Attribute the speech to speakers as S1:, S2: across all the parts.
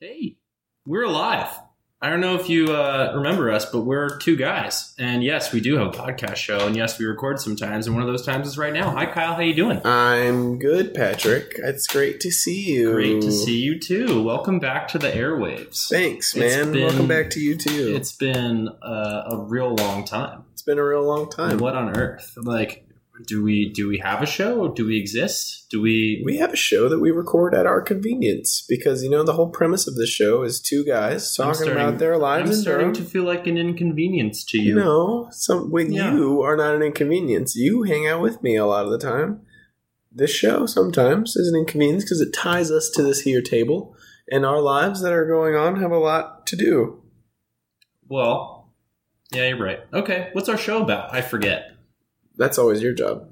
S1: Hey, we're alive. I don't know if you uh, remember us, but we're two guys, and yes, we do have a podcast show, and yes, we record sometimes, and one of those times is right now. Hi, Kyle. How you doing?
S2: I'm good, Patrick. It's great to see you.
S1: Great to see you too. Welcome back to the airwaves.
S2: Thanks,
S1: It's
S2: man.
S1: been-
S2: Welcome back to you too.
S1: It's been uh, a real long time.
S2: it's been a real long time.
S1: What on earth? Like, do we do we have a show? Do we exist? Do we?
S2: We have a show that we record at our convenience because you know the whole premise of the show is two guys
S1: I'm
S2: talking
S1: starting-
S2: about their lives
S1: I'm
S2: and their
S1: starting
S2: own-
S1: to feel like an inconvenience to you.
S2: No, some when
S1: Yeah.
S2: you are not an inconvenience, you hang out with me a lot of the time. This show sometimes is an inconvenience because it ties us to this here table, and our lives that are going on have a lot to do.
S1: Well, yeah, you're right. Okay, what's our show about? I forget.
S2: That's always your job.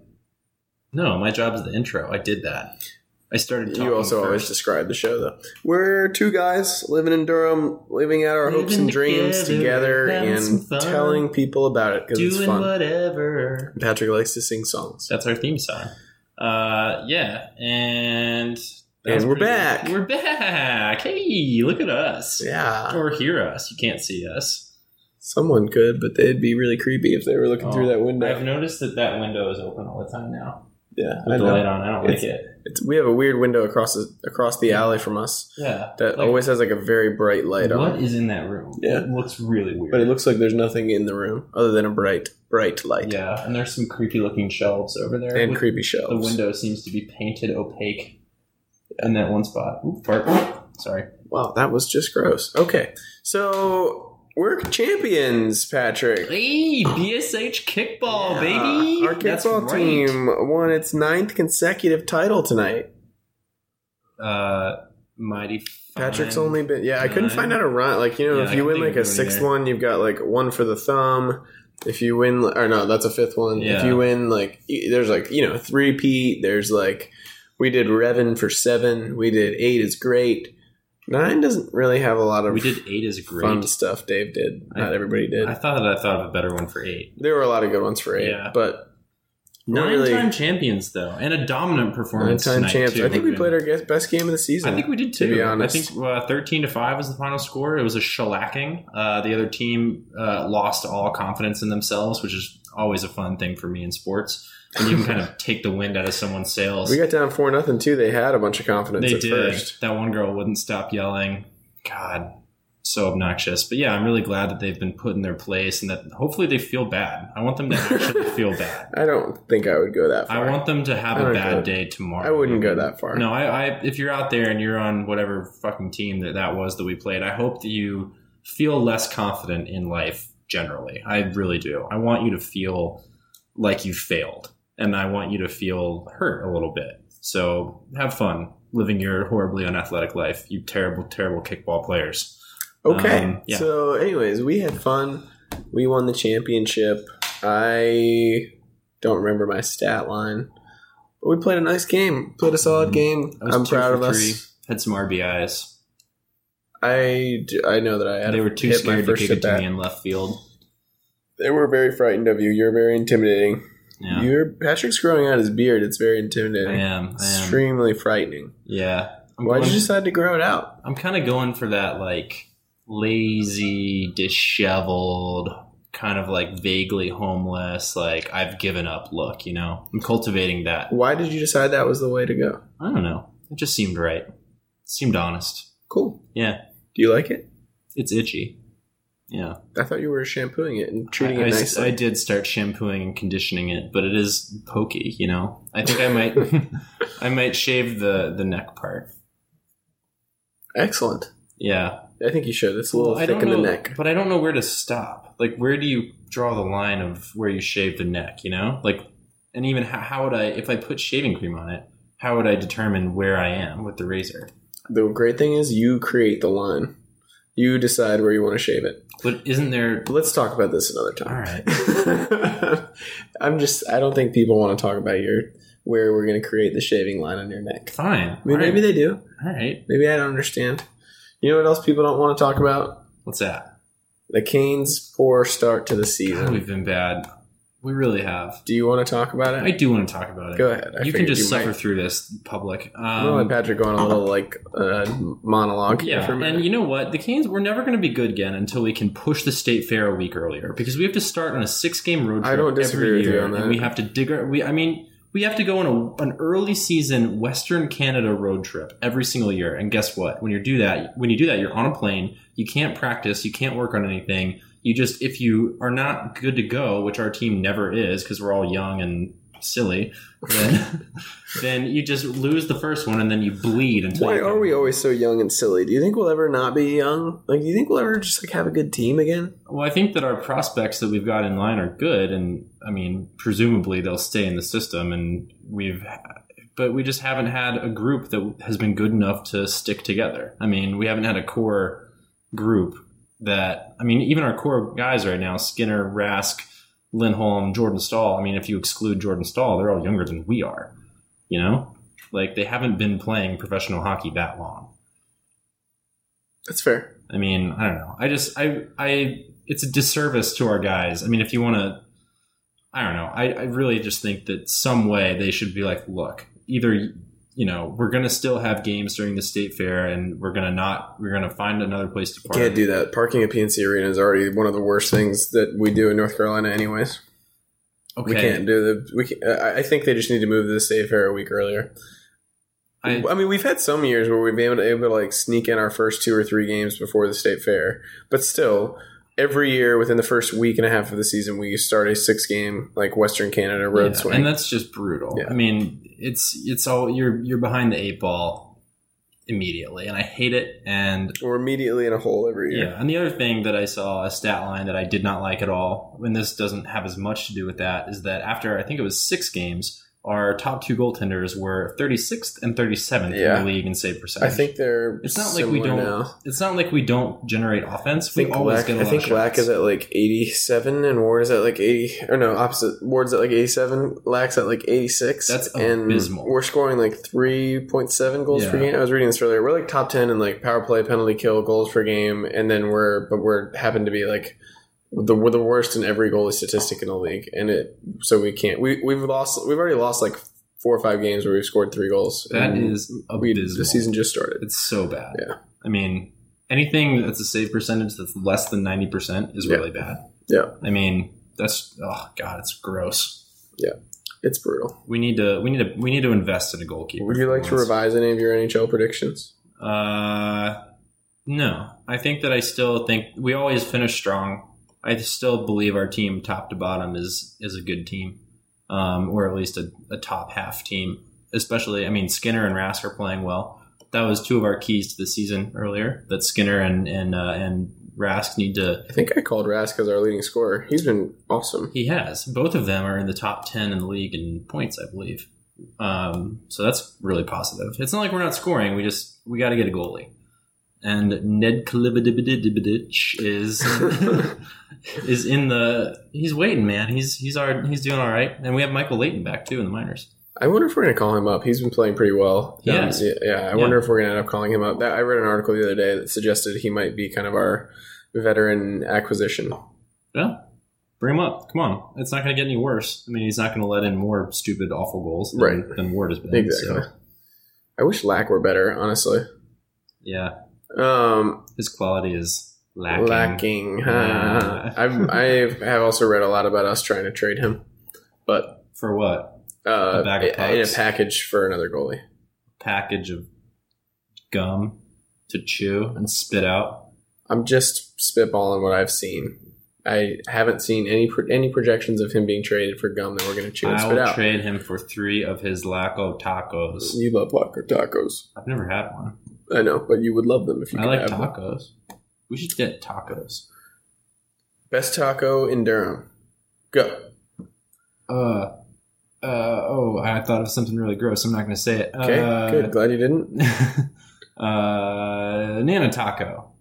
S1: No, my job is the intro. I did that. I started talking.
S2: You also always
S1: first.
S2: describe the show though. We're two guys living in Durham, living out our hopes
S1: Living
S2: and dreams
S1: together,
S2: together,
S1: having some
S2: and
S1: fun,
S2: telling people about it because it's
S1: doing
S2: fun.
S1: whatever.
S2: Patrick likes to sing songs.
S1: That's our theme song. Uh, yeah, and that was
S2: And we're
S1: pretty good.
S2: back.
S1: We're back. Hey, look at us.
S2: Yeah,
S1: Or hear us. You can't see us.
S2: someone could, but they'd be really creepy if they were looking through
S1: Oh,
S2: that window.
S1: I've noticed that that window is open all the time now.
S2: yeah,
S1: With
S2: I
S1: the
S2: know.
S1: light on, I don't like
S2: It's-
S1: it.
S2: It's, we have a weird window across the, across the alley from us
S1: Yeah.
S2: that
S1: Like-
S2: always has like a very bright light on,
S1: What
S2: it.
S1: is in that room?
S2: Yeah.
S1: It looks really weird.
S2: but it looks like there's nothing in the room other than a bright bright light
S1: yeah, and there's some creepy looking shelves over there.
S2: and
S1: with-
S2: creepy
S1: The
S2: shelves.
S1: window seems to be painted opaque in that one spot. Ooh, fart. Sorry.
S2: Wow, that was just gross. Okay, so we're champions, Patrick.
S1: Hey, BSH kickball, Oh,
S2: Yeah.
S1: baby.
S2: Our
S1: That's
S2: kickball
S1: right.
S2: team won its ninth consecutive title tonight.
S1: Uh, mighty. Fine.
S2: Patrick's only been yeah. I couldn't
S1: Nine.
S2: find out a run. Like you know,
S1: Yeah,
S2: if
S1: I
S2: you
S1: couldn't
S2: win
S1: think of
S2: like a
S1: one
S2: sixth
S1: either.
S2: one, you've got like one for the thumb. If you win, or no, that's a fifth one. If
S1: Yeah.
S2: you win, like y- there's like you know three P. There's like we did Revan for seven. We did eight is great. Nine doesn't really have a lot of
S1: We did eight is great.
S2: fun stuff. Dave did.
S1: I-
S2: Not everybody did.
S1: I thought that I thought of a better one for eight.
S2: There were a lot of good ones for eight,
S1: Yeah.
S2: but not
S1: Nine
S2: really
S1: time champions though, and a dominant
S2: nine
S1: performance.
S2: time
S1: tonight,
S2: champs.
S1: too.
S2: I think we
S1: Okay.
S2: played our guess- best game of the season.
S1: I think we did
S2: to
S1: too.
S2: be honest.
S1: I think uh, thirteen to five was the final score. It was a shellacking. Uh, the other team uh, lost all confidence in themselves, which is always a fun thing for me in sports. When you can kind of take the wind out of someone's sails.
S2: we got down four nothing too. They had a bunch of confidence
S1: they
S2: at
S1: did.
S2: first.
S1: That one girl wouldn't stop yelling. God, so obnoxious. But yeah, I'm really glad that they've been put in their place and that hopefully they feel bad. I want them to actually feel bad.
S2: I don't think I would go that
S1: I
S2: far.
S1: want them to have
S2: I
S1: a
S2: don't
S1: bad
S2: go-
S1: day tomorrow.
S2: I wouldn't go that far.
S1: No, I, I if you're out there and you're on whatever fucking team that that was that we played, I hope that you feel less confident in life generally. I really do. I want you to feel like you failed and I want you to feel hurt a little bit. So have fun living your horribly unathletic life, you terrible, terrible kickball players.
S2: Okay.
S1: Um, yeah.
S2: So, anyways, we had fun. We won the championship. I don't remember my stat line, but we played a nice game. Played a solid
S1: Mhm.
S2: game.
S1: I was
S2: I'm
S1: two
S2: proud
S1: for
S2: of
S1: three,
S2: us.
S1: Had some RBIs.
S2: I, d- I know that I had.
S1: They were too
S2: hit my
S1: scared to
S2: first
S1: kick it to
S2: at-bat.
S1: me in left field.
S2: They were very frightened of you. You're very intimidating.
S1: Yeah,
S2: Your Patrick's growing out his beard. It's very
S1: I
S2: intimidating.
S1: am. I am.
S2: Extremely frightening.
S1: Yeah. I'm
S2: Why would
S1: going-
S2: you decide to grow it out?
S1: I'm kind of going for that like lazy, disheveled, kind of like vaguely homeless, like I've given up look, you know? I'm cultivating that.
S2: Why did you decide that was the way to go?
S1: I don't know. It just seemed right. seemed honest.
S2: Cool.
S1: Yeah.
S2: Do you like it?
S1: It's itchy. Yeah.
S2: I thought you were shampooing it and treating
S1: I,
S2: it
S1: I s-
S2: nicely.
S1: I did start shampooing and conditioning it, but it is pokey, you know. I think I might I might shave the the neck part.
S2: Excellent.
S1: Yeah.
S2: I think you should. It's a little
S1: Well, I
S2: thick
S1: don't
S2: in the
S1: know-
S2: neck.
S1: But I don't know where to stop. Like, where do you draw the line of where you shave the neck? You know, like, and even how, how would I, if I put shaving cream on it, how would I determine where I am with the razor?
S2: The great thing is you create the line. You decide where you want to shave it.
S1: But isn't there?
S2: But let's talk about this another
S1: All
S2: time.
S1: right.
S2: I'm just I don't think people want to talk about your where we're gonna create the shaving line on your neck.
S1: Fine.
S2: I mean,
S1: all, right.
S2: maybe they do.
S1: all right.
S2: Maybe I don't understand. You know what else people don't want to talk about?
S1: What's that?
S2: The Canes' poor start to the
S1: God,
S2: season.
S1: we've been bad. We really have.
S2: Do you want to talk about it?
S1: I do want to talk about it.
S2: Go ahead. I
S1: you can
S2: figured
S1: just
S2: might.
S1: suffer through this public.
S2: I'm gonna let
S1: Um,
S2: Patrick go on a little like uh, monologue. here
S1: yeah,
S2: for a minute.
S1: and you know what? The Canes we're never going to be good again until we can push the state fair a week earlier because we have to start on a six-game road
S2: I
S1: trip
S2: don't disagree
S1: every
S2: with you
S1: year,
S2: on that.
S1: and we have to dig. Our, we, I mean, we have to go on a, an early season Western Canada road trip every single year. And guess what? When you do that, when you do that, you're on a plane. You can't practice. You can't work on anything. You just if you are not good to go, which our team never is because we're all young and silly, then then you just lose the first one and then you bleed until.
S2: Why
S1: you
S2: are
S1: come
S2: we
S1: home.
S2: always so young and silly? Do you think we'll ever not be young? Like, do you think we'll ever just like have a good team again?
S1: Well, I think that our prospects that we've got in line are good, and I mean, presumably they'll stay in the system. And we've, but we just haven't had a group that has been good enough to stick together. I mean, we haven't had a core group that. I mean, even our core guys right now, Skinner, Rask, Lindholm, Jordan Stahl. I mean, if you exclude Jordan Stahl, they're all younger than we are. You know, like they haven't been playing professional hockey that long.
S2: That's fair.
S1: I mean, I don't know. I just I I it's a disservice to our guys. I mean, if you want to, I don't know. I, I really just think that some way they should be like, look, either you know we're gonna still have games during the state fair, and we're gonna not we're gonna find another place to park.
S2: Can't do that. Parking at PNC Arena is already one of the worst things that we do in North Carolina, anyways.
S1: okay,
S2: We can't do the. We can, I I think they just need to move the state fair a week earlier. I,
S1: I-
S2: mean, we've had some years where we've been able to, able to like sneak in our first two or three games before the state fair, but still, every year within the first week and a half of the season, we start a six game like Western Canada road
S1: Yeah,
S2: swing.
S1: and that's just brutal.
S2: Yeah.
S1: I mean, it's it's all you're you're behind the eight ball immediately, and I hate it. And
S2: We're immediately in a hole every year.
S1: Yeah, and the other thing that I saw a stat line that I did not like at all, and this doesn't have as much to do with that, is that after I think it was six games, our top two goaltenders were 36th and 37th
S2: Yeah.
S1: in the league in save percentage.
S2: I think they're.
S1: It's not like we
S2: similar
S1: don't-
S2: Now.
S1: it's not like we don't generate offense.
S2: I
S1: We
S2: think
S1: always
S2: Lack,
S1: get a
S2: I
S1: lot
S2: think
S1: of
S2: Lack
S1: shots.
S2: is at like eighty-seven, and Ward is at like eighty. Or no, opposite. Ward's at like eighty-seven. Lack's at like eighty-six.
S1: That's
S2: and
S1: abysmal.
S2: We're scoring like three point seven goals per
S1: Yeah.
S2: game. I was reading this earlier. We're like top ten in like power play, penalty kill, goals per game, and then we're but we're happen to be like the we're the worst in every goalie statistic in the league, and it so we can't. We we've lost. We've already lost like four or five games where we've scored three goals.
S1: that
S2: and
S1: is
S2: we
S1: abysmal.
S2: the season just started.
S1: It's so bad.
S2: Yeah.
S1: I mean, anything that's a save percentage that's less than 90% is
S2: Yeah.
S1: really bad.
S2: Yeah.
S1: I mean, that's, oh, God, it's gross.
S2: It's brutal.
S1: We need to we need to we need to invest in a goalkeeper.
S2: Would you like to
S1: Once.
S2: revise any of your NHL predictions?
S1: Uh, no. I think that I still think we always finish strong. I still believe our team, top to bottom, is is a good team, um, or at least a, a top half team. Especially, I mean, Skinner and Rask are playing well. That was two of our keys to the season earlier. That Skinner and and uh, and Rask need to.
S2: I think I called Rask as our leading scorer. He's been awesome.
S1: He has both of them are in the top ten in the league in points, I believe. Um, so that's really positive. It's not like we're not scoring. We just we got to get a goalie. And Ned Kalividibidibidich is is in the he's waiting, man. He's he's our he's doing all right. And we have Michael Leighton back too in the minors.
S2: I wonder if we're going to call him up. He's been playing pretty well.
S1: He
S2: Um,
S1: has.
S2: yeah, yeah, I wonder if we're going to end up calling him up. That, I read an article the other day that suggested he might be kind of our veteran acquisition.
S1: Yeah. Bring him up. Come on. It's not going to get any worse. I mean, he's not going to let in more stupid, awful goals than,
S2: Right.
S1: than Ward has been.
S2: Exactly.
S1: So,
S2: I wish Lack were better, honestly.
S1: yeah.
S2: Um,
S1: His quality is lacking.
S2: lacking. huh?
S1: Ah.
S2: I've, I have also read a lot about us trying to trade him, but
S1: For what?
S2: uh,
S1: A bag of
S2: in a
S1: pucks.
S2: package for another goalie.
S1: Package of gum to chew and spit out.
S2: I'm just spitballing what I've seen. I haven't seen any pro- any projections of him being traded for gum that we're going to chew and
S1: I
S2: spit
S1: will
S2: out.
S1: trade him for three of his Laco tacos.
S2: you love Walker tacos.
S1: I've never had one.
S2: I know, but you would love them if you
S1: I
S2: could
S1: like
S2: have them.
S1: tacos. We should get tacos.
S2: Best taco in Durham. Go.
S1: Uh, uh, oh, I thought of something really gross. I'm not going to say it.
S2: Okay,
S1: uh,
S2: good. Glad you didn't.
S1: uh, Nana Taco.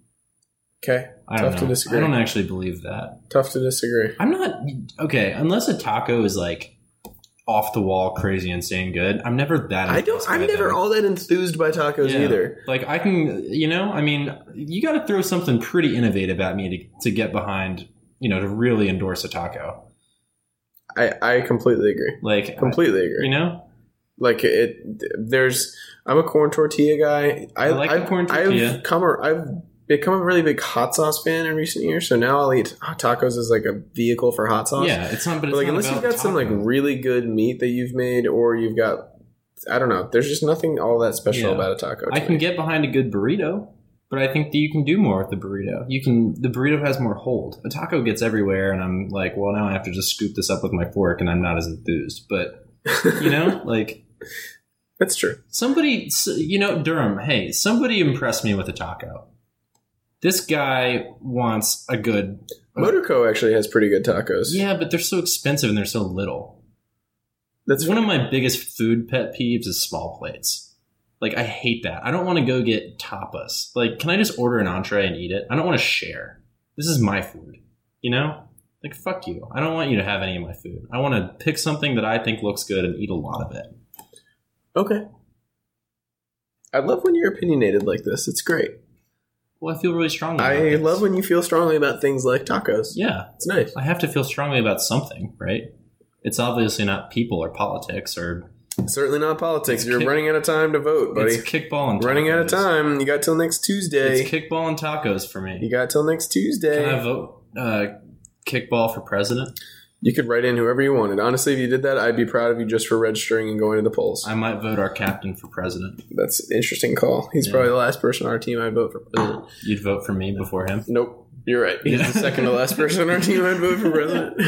S2: Okay,
S1: I don't
S2: Tough to
S1: know.
S2: disagree.
S1: I don't actually believe that.
S2: tough to disagree.
S1: I'm not okay unless a taco is like off the wall, crazy, insane good. I'm never that.
S2: I don't.
S1: impressed
S2: I'm
S1: by
S2: never
S1: them.
S2: all that enthused by tacos
S1: Yeah.
S2: either.
S1: Like I can, you know, I mean, you got to throw something pretty innovative at me to to get behind, you know, to really endorse a taco.
S2: I, I completely agree.
S1: Like, I-
S2: Completely
S1: you
S2: agree.
S1: know,
S2: Like it, there's. I'm a corn tortilla guy. I,
S1: I like the
S2: I've,
S1: corn tortilla.
S2: I've come. A, I've become a really big hot sauce fan in recent years. So now I'll eat hot tacos as like a vehicle for hot sauce.
S1: yeah, it's not. But
S2: But
S1: it's
S2: like
S1: not
S2: unless you've
S1: about
S2: got some like
S1: taco.
S2: really good meat that you've made, or you've got, I don't know. There's just nothing all that special
S1: Yeah.
S2: about a taco. to
S1: I can
S2: me.
S1: get behind a good burrito, but I think that you can do more with the burrito. You can the burrito has more hold. A taco gets everywhere, and I'm like, well, now I have to just scoop this up with my fork, and I'm not as enthused. But you know, like
S2: That's true.
S1: somebody, s- you know, Durham. Hey, somebody impressed me with a taco. This guy wants a good.
S2: Motorco actually has pretty good tacos.
S1: Yeah, but they're so expensive and they're so little.
S2: that's
S1: One of my biggest food pet peeves is small plates. Like I hate that. I don't want to go get tapas. Like, can I just order an entree and eat it? I don't want to share. This is my food. You know? Like fuck you. I don't want you to have any of my food. I want to pick something that I think looks good and eat a lot of it.
S2: okay. I love when you're opinionated like this. It's great.
S1: Well, I feel really strongly. about
S2: I
S1: this.
S2: love when you feel strongly about things like tacos.
S1: Oh, Yeah,
S2: It's nice.
S1: I have to feel strongly about something, right? It's obviously not people or politics or
S2: Certainly not politics.
S1: It's
S2: You're
S1: ki-
S2: running out of time to vote, buddy.
S1: it's kickball and
S2: Running out of
S1: tacos.
S2: time. You got till next
S1: It's
S2: Tuesday.
S1: kickball and tacos for me.
S2: You got till next Tuesday.
S1: Can I vote uh, kickball for president?
S2: You could write in whoever you wanted. Honestly, if you did that, I'd be proud of you just for registering and going to the polls.
S1: I might vote our captain for president.
S2: That's an interesting call. He's
S1: Yeah.
S2: probably the last person on our team I'd vote for president.
S1: You'd vote for me before him.
S2: Nope, you're right. He's
S1: Yeah.
S2: the second to last person on our team I'd vote for president.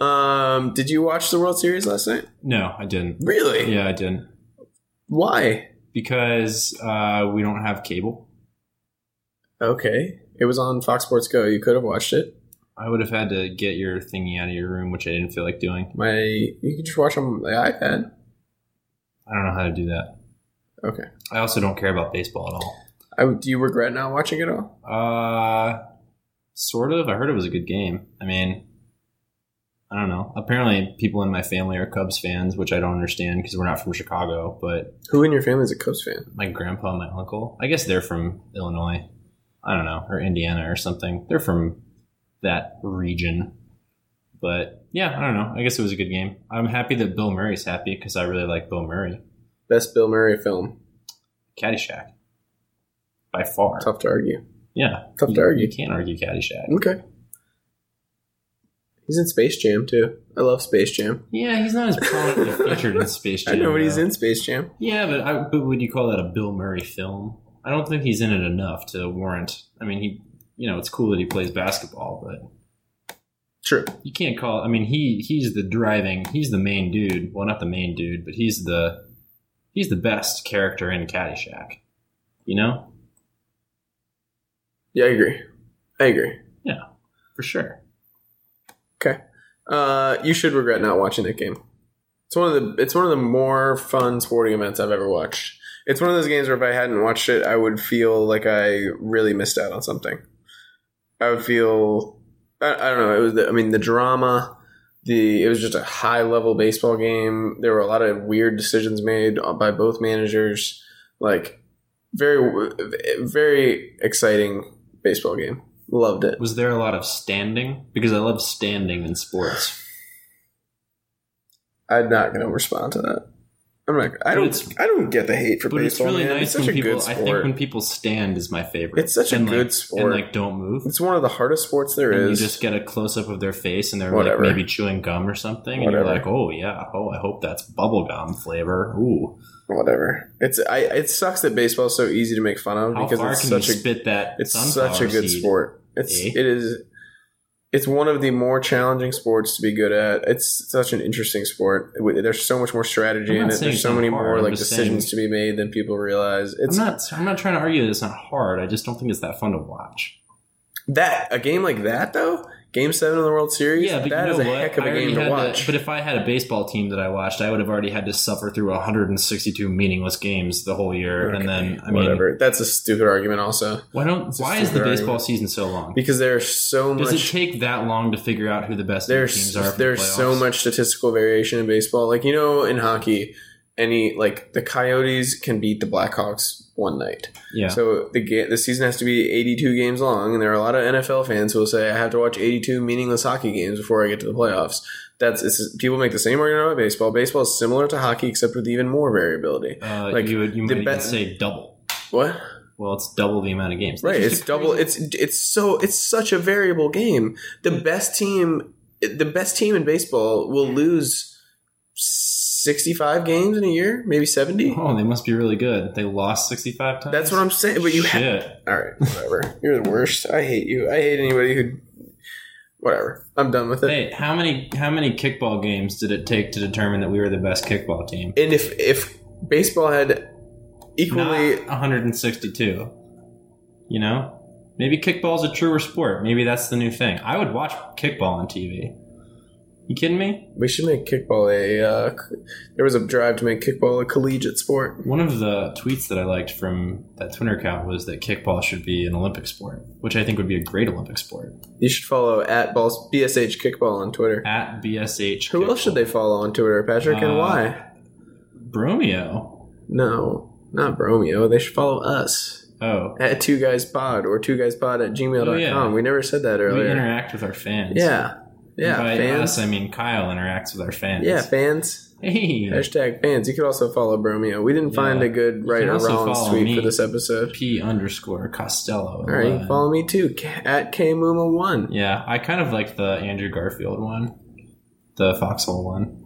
S2: um, did you watch the World Series last night?
S1: No, I didn't.
S2: Really?
S1: Yeah, I didn't
S2: Why?
S1: because uh, we don't have cable.
S2: Okay, it was on Fox Sports Go. You could have watched it.
S1: I would have had to get your thingy out of your room, which I didn't feel like doing.
S2: My, you could just watch on the iPad.
S1: I don't know how to do that.
S2: Okay.
S1: I also don't care about baseball at all.
S2: I, do you regret not watching it all?
S1: Uh, sort of. I heard it was a good game. I mean, I don't know. Apparently, people in my family are Cubs fans, which I don't understand because we're not from Chicago. But
S2: Who in your family is a Cubs fan?
S1: my grandpa and my uncle, I guess they're from Illinois. I don't know, or Indiana or something. They're from that region. But yeah, I don't know. I guess it was a good game. I'm happy that Bill Murray's happy because I really like Bill Murray.
S2: Best Bill Murray film.
S1: Caddyshack, by far.
S2: Tough to argue.
S1: Yeah,
S2: Tough to
S1: you,
S2: argue.
S1: you can't argue Caddyshack.
S2: Okay. He's in Space Jam too. I love Space Jam.
S1: Yeah, he's not as prominently featured in Space Jam.
S2: I know, but he's
S1: though.
S2: in Space Jam.
S1: Yeah, but I, but would you call that a Bill Murray film? I don't think he's in it enough to warrant. I mean, he, you know, it's cool that he plays basketball, but
S2: True.
S1: you can't call. I mean, he he's the driving. He's the main dude. Well, not the main dude, but he's the he's the best character in Caddyshack. You know,
S2: Yeah, I agree. I agree.
S1: for sure.
S2: Okay. Uh, you should regret not watching that game. It's one of the it's one of the more fun sporting events I've ever watched. It's one of those games where if I hadn't watched it, I would feel like I really missed out on something. I would feel I, I don't know. It was the, I mean the drama. The it was just a high level baseball game. There were a lot of weird decisions made by both managers. Like very very exciting baseball game. Loved it.
S1: Was there a lot of standing? Because I love standing in sports.
S2: I'm not going to respond to that. I'm not. I
S1: But
S2: don't.
S1: it's-
S2: I don't get the hate for
S1: But it's
S2: baseball.
S1: really
S2: man.
S1: nice
S2: it's such
S1: when
S2: a
S1: people.
S2: good
S1: I
S2: sport.
S1: think when people stand is my favorite.
S2: it's such a
S1: And, like,
S2: good sport.
S1: and like don't move.
S2: it's one of the hardest sports there
S1: and
S2: is.
S1: you just get a close up of their face and they're
S2: Whatever.
S1: like maybe chewing gum or something and
S2: Whatever.
S1: you're like oh yeah oh i hope that's bubblegum flavor ooh
S2: Whatever. It's. I. It sucks that baseball's so easy to make fun of
S1: how
S2: because
S1: far
S2: it's
S1: can
S2: such
S1: you
S2: a.
S1: spit that
S2: It's
S1: sunflower
S2: such a good
S1: seed?
S2: sport. It's.
S1: Eh?
S2: It is. It's one of the more challenging sports to be good at. It's such an interesting sport. There's so much more strategy
S1: I'm
S2: in
S1: not
S2: it.
S1: saying
S2: There's
S1: it's
S2: so
S1: not
S2: many
S1: hard.
S2: more
S1: I'm
S2: like
S1: just
S2: decisions to be made than people realize. It's
S1: i'm not i'm not trying to argue that it's not hard i just don't think it's that fun to watch
S2: That a game like that though, Game Seven of the World Series.
S1: yeah but
S2: that
S1: you
S2: is
S1: know
S2: a
S1: what
S2: heck of
S1: I
S2: a
S1: already
S2: game to
S1: had
S2: watch.
S1: but if i had a baseball team that i watched i would have already had to suffer through 162 meaningless games the whole year and then i mean
S2: whatever. That's a stupid argument, also
S1: why don't
S2: a
S1: why is the
S2: stupid
S1: baseball season so long
S2: because there's so
S1: does it
S2: much.
S1: take that long to figure out who the best
S2: There's
S1: teams are? for the
S2: there's so
S1: playoffs?
S2: much statistical variation in baseball. Like you know, in hockey, any like the Coyotes can beat the Blackhawks one night.
S1: Yeah.
S2: So the ga- the season has to be 82 games long, and there are a lot of NFL fans who will say I have to watch 82 meaningless hockey games before I get to the playoffs. That's it's, people make the same argument about baseball. Baseball is similar to hockey, except with even more variability.
S1: uh,
S2: like,
S1: you would you
S2: the
S1: might even
S2: best-
S1: say double.
S2: What?
S1: Well, it's double the amount of games.
S2: Right.
S1: That's
S2: It's
S1: just a
S2: double.
S1: crazy-
S2: It's it's so it's such a variable game. The best team, the best team in baseball will lose 65 games in a year, maybe 70.
S1: Oh, they must be really good. They lost sixty five times.
S2: That's what I'm saying. But you have
S1: Shit.
S2: All right, whatever. You're the worst. I hate you. I hate anybody who. Whatever. I'm done with it.
S1: Hey, how many how many kickball games did it take to determine that we were the best kickball team?
S2: And if if baseball had equally,
S1: Not 162. You know? Maybe kickball's a truer sport. Maybe that's the new thing. I would watch kickball on TV. You kidding me?
S2: we should make kickball a. Uh, c- there was a drive to make kickball a collegiate sport.
S1: One of the tweets that I liked from that Twitter account was that kickball should be an Olympic sport, which I think would be a great Olympic sport.
S2: You should follow at balls bsh kickball on Twitter.
S1: At BSH.
S2: Who else should they follow on Twitter, Patrick, and
S1: Uh,
S2: why?
S1: Bromeo.
S2: No, not Bromeo. They should follow us
S1: Oh.
S2: at Two Guys Pod or Two Guys Pod at gmail.com.
S1: Oh, yeah.
S2: We never said that
S1: We
S2: earlier.
S1: interact with our fans.
S2: Yeah, yeah,
S1: And by
S2: fans.
S1: us, I mean Kyle interacts with our fans.
S2: yeah, fans.
S1: Hey.
S2: Hashtag fans. You could also follow Bromeo. We didn't
S1: Yeah.
S2: find a good right
S1: can
S2: or
S1: also
S2: wrong
S1: follow
S2: tweet
S1: me.
S2: for this episode.
S1: P underscore Costello.
S2: All right, you
S1: eleven.
S2: can follow me too K- at kmuma1.
S1: Yeah, I kind of like the Andrew Garfield one, the Foxhole one.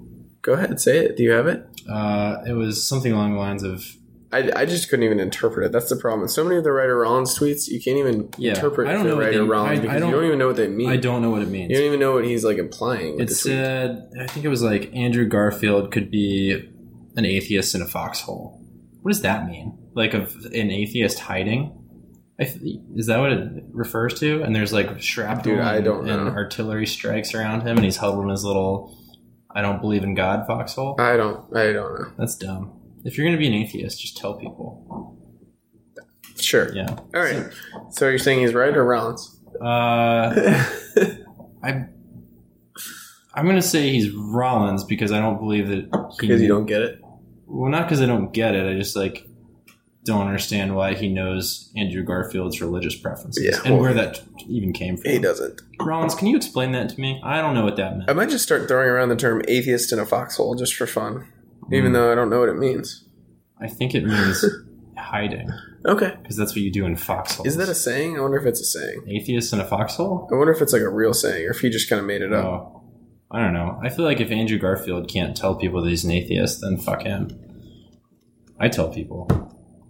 S2: Go ahead, say it. Do you have it?
S1: Uh, it was something along the lines of
S2: I, I just couldn't even interpret it. That's the problem. So many of the right or wrongs tweets, you can't even
S1: Yeah,
S2: interpret
S1: I don't
S2: the
S1: know what
S2: right
S1: they-
S2: or wrong
S1: I- I
S2: because
S1: don't-
S2: you don't even know what they mean.
S1: I don't know what it means.
S2: You don't even know what he's like implying. With
S1: it
S2: the tweet.
S1: said uh, I think it was like Andrew Garfield could be an atheist in a foxhole. What does that mean? Like of an atheist hiding? I th- is that what it refers to? And there's like shrapnel
S2: Dude, I
S1: and-
S2: don't
S1: and
S2: know.
S1: artillery strikes around him, and he's huddled in his little "I don't believe in God" foxhole.
S2: I don't. I don't know.
S1: That's dumb. If you're gonna be an atheist, just tell people.
S2: Sure.
S1: Yeah.
S2: All right. So you're saying he's right or wrong?
S1: Uh, I I'm gonna say he's Rollins because I don't believe that he.
S2: because you don't get it.
S1: Well, not because I don't get it. I just like don't understand why he knows Andrew Garfield's religious preferences
S2: Yeah,
S1: and
S2: well-
S1: where that even came from.
S2: He doesn't.
S1: Rollins, can you explain that to me? I don't know what that meant.
S2: I might just start throwing around the term atheist in a foxhole just for fun, even
S1: Mm.
S2: though I don't know what it means.
S1: I think it means hiding
S2: Okay.
S1: because that's what you do in foxholes.
S2: Is that a saying? I wonder if it's a saying.
S1: atheist in a foxhole?
S2: I wonder if it's like a real saying or if he just kind of made it up.
S1: Oh, I don't know. I feel like if Andrew Garfield can't tell people that he's an atheist, then fuck him. I tell people.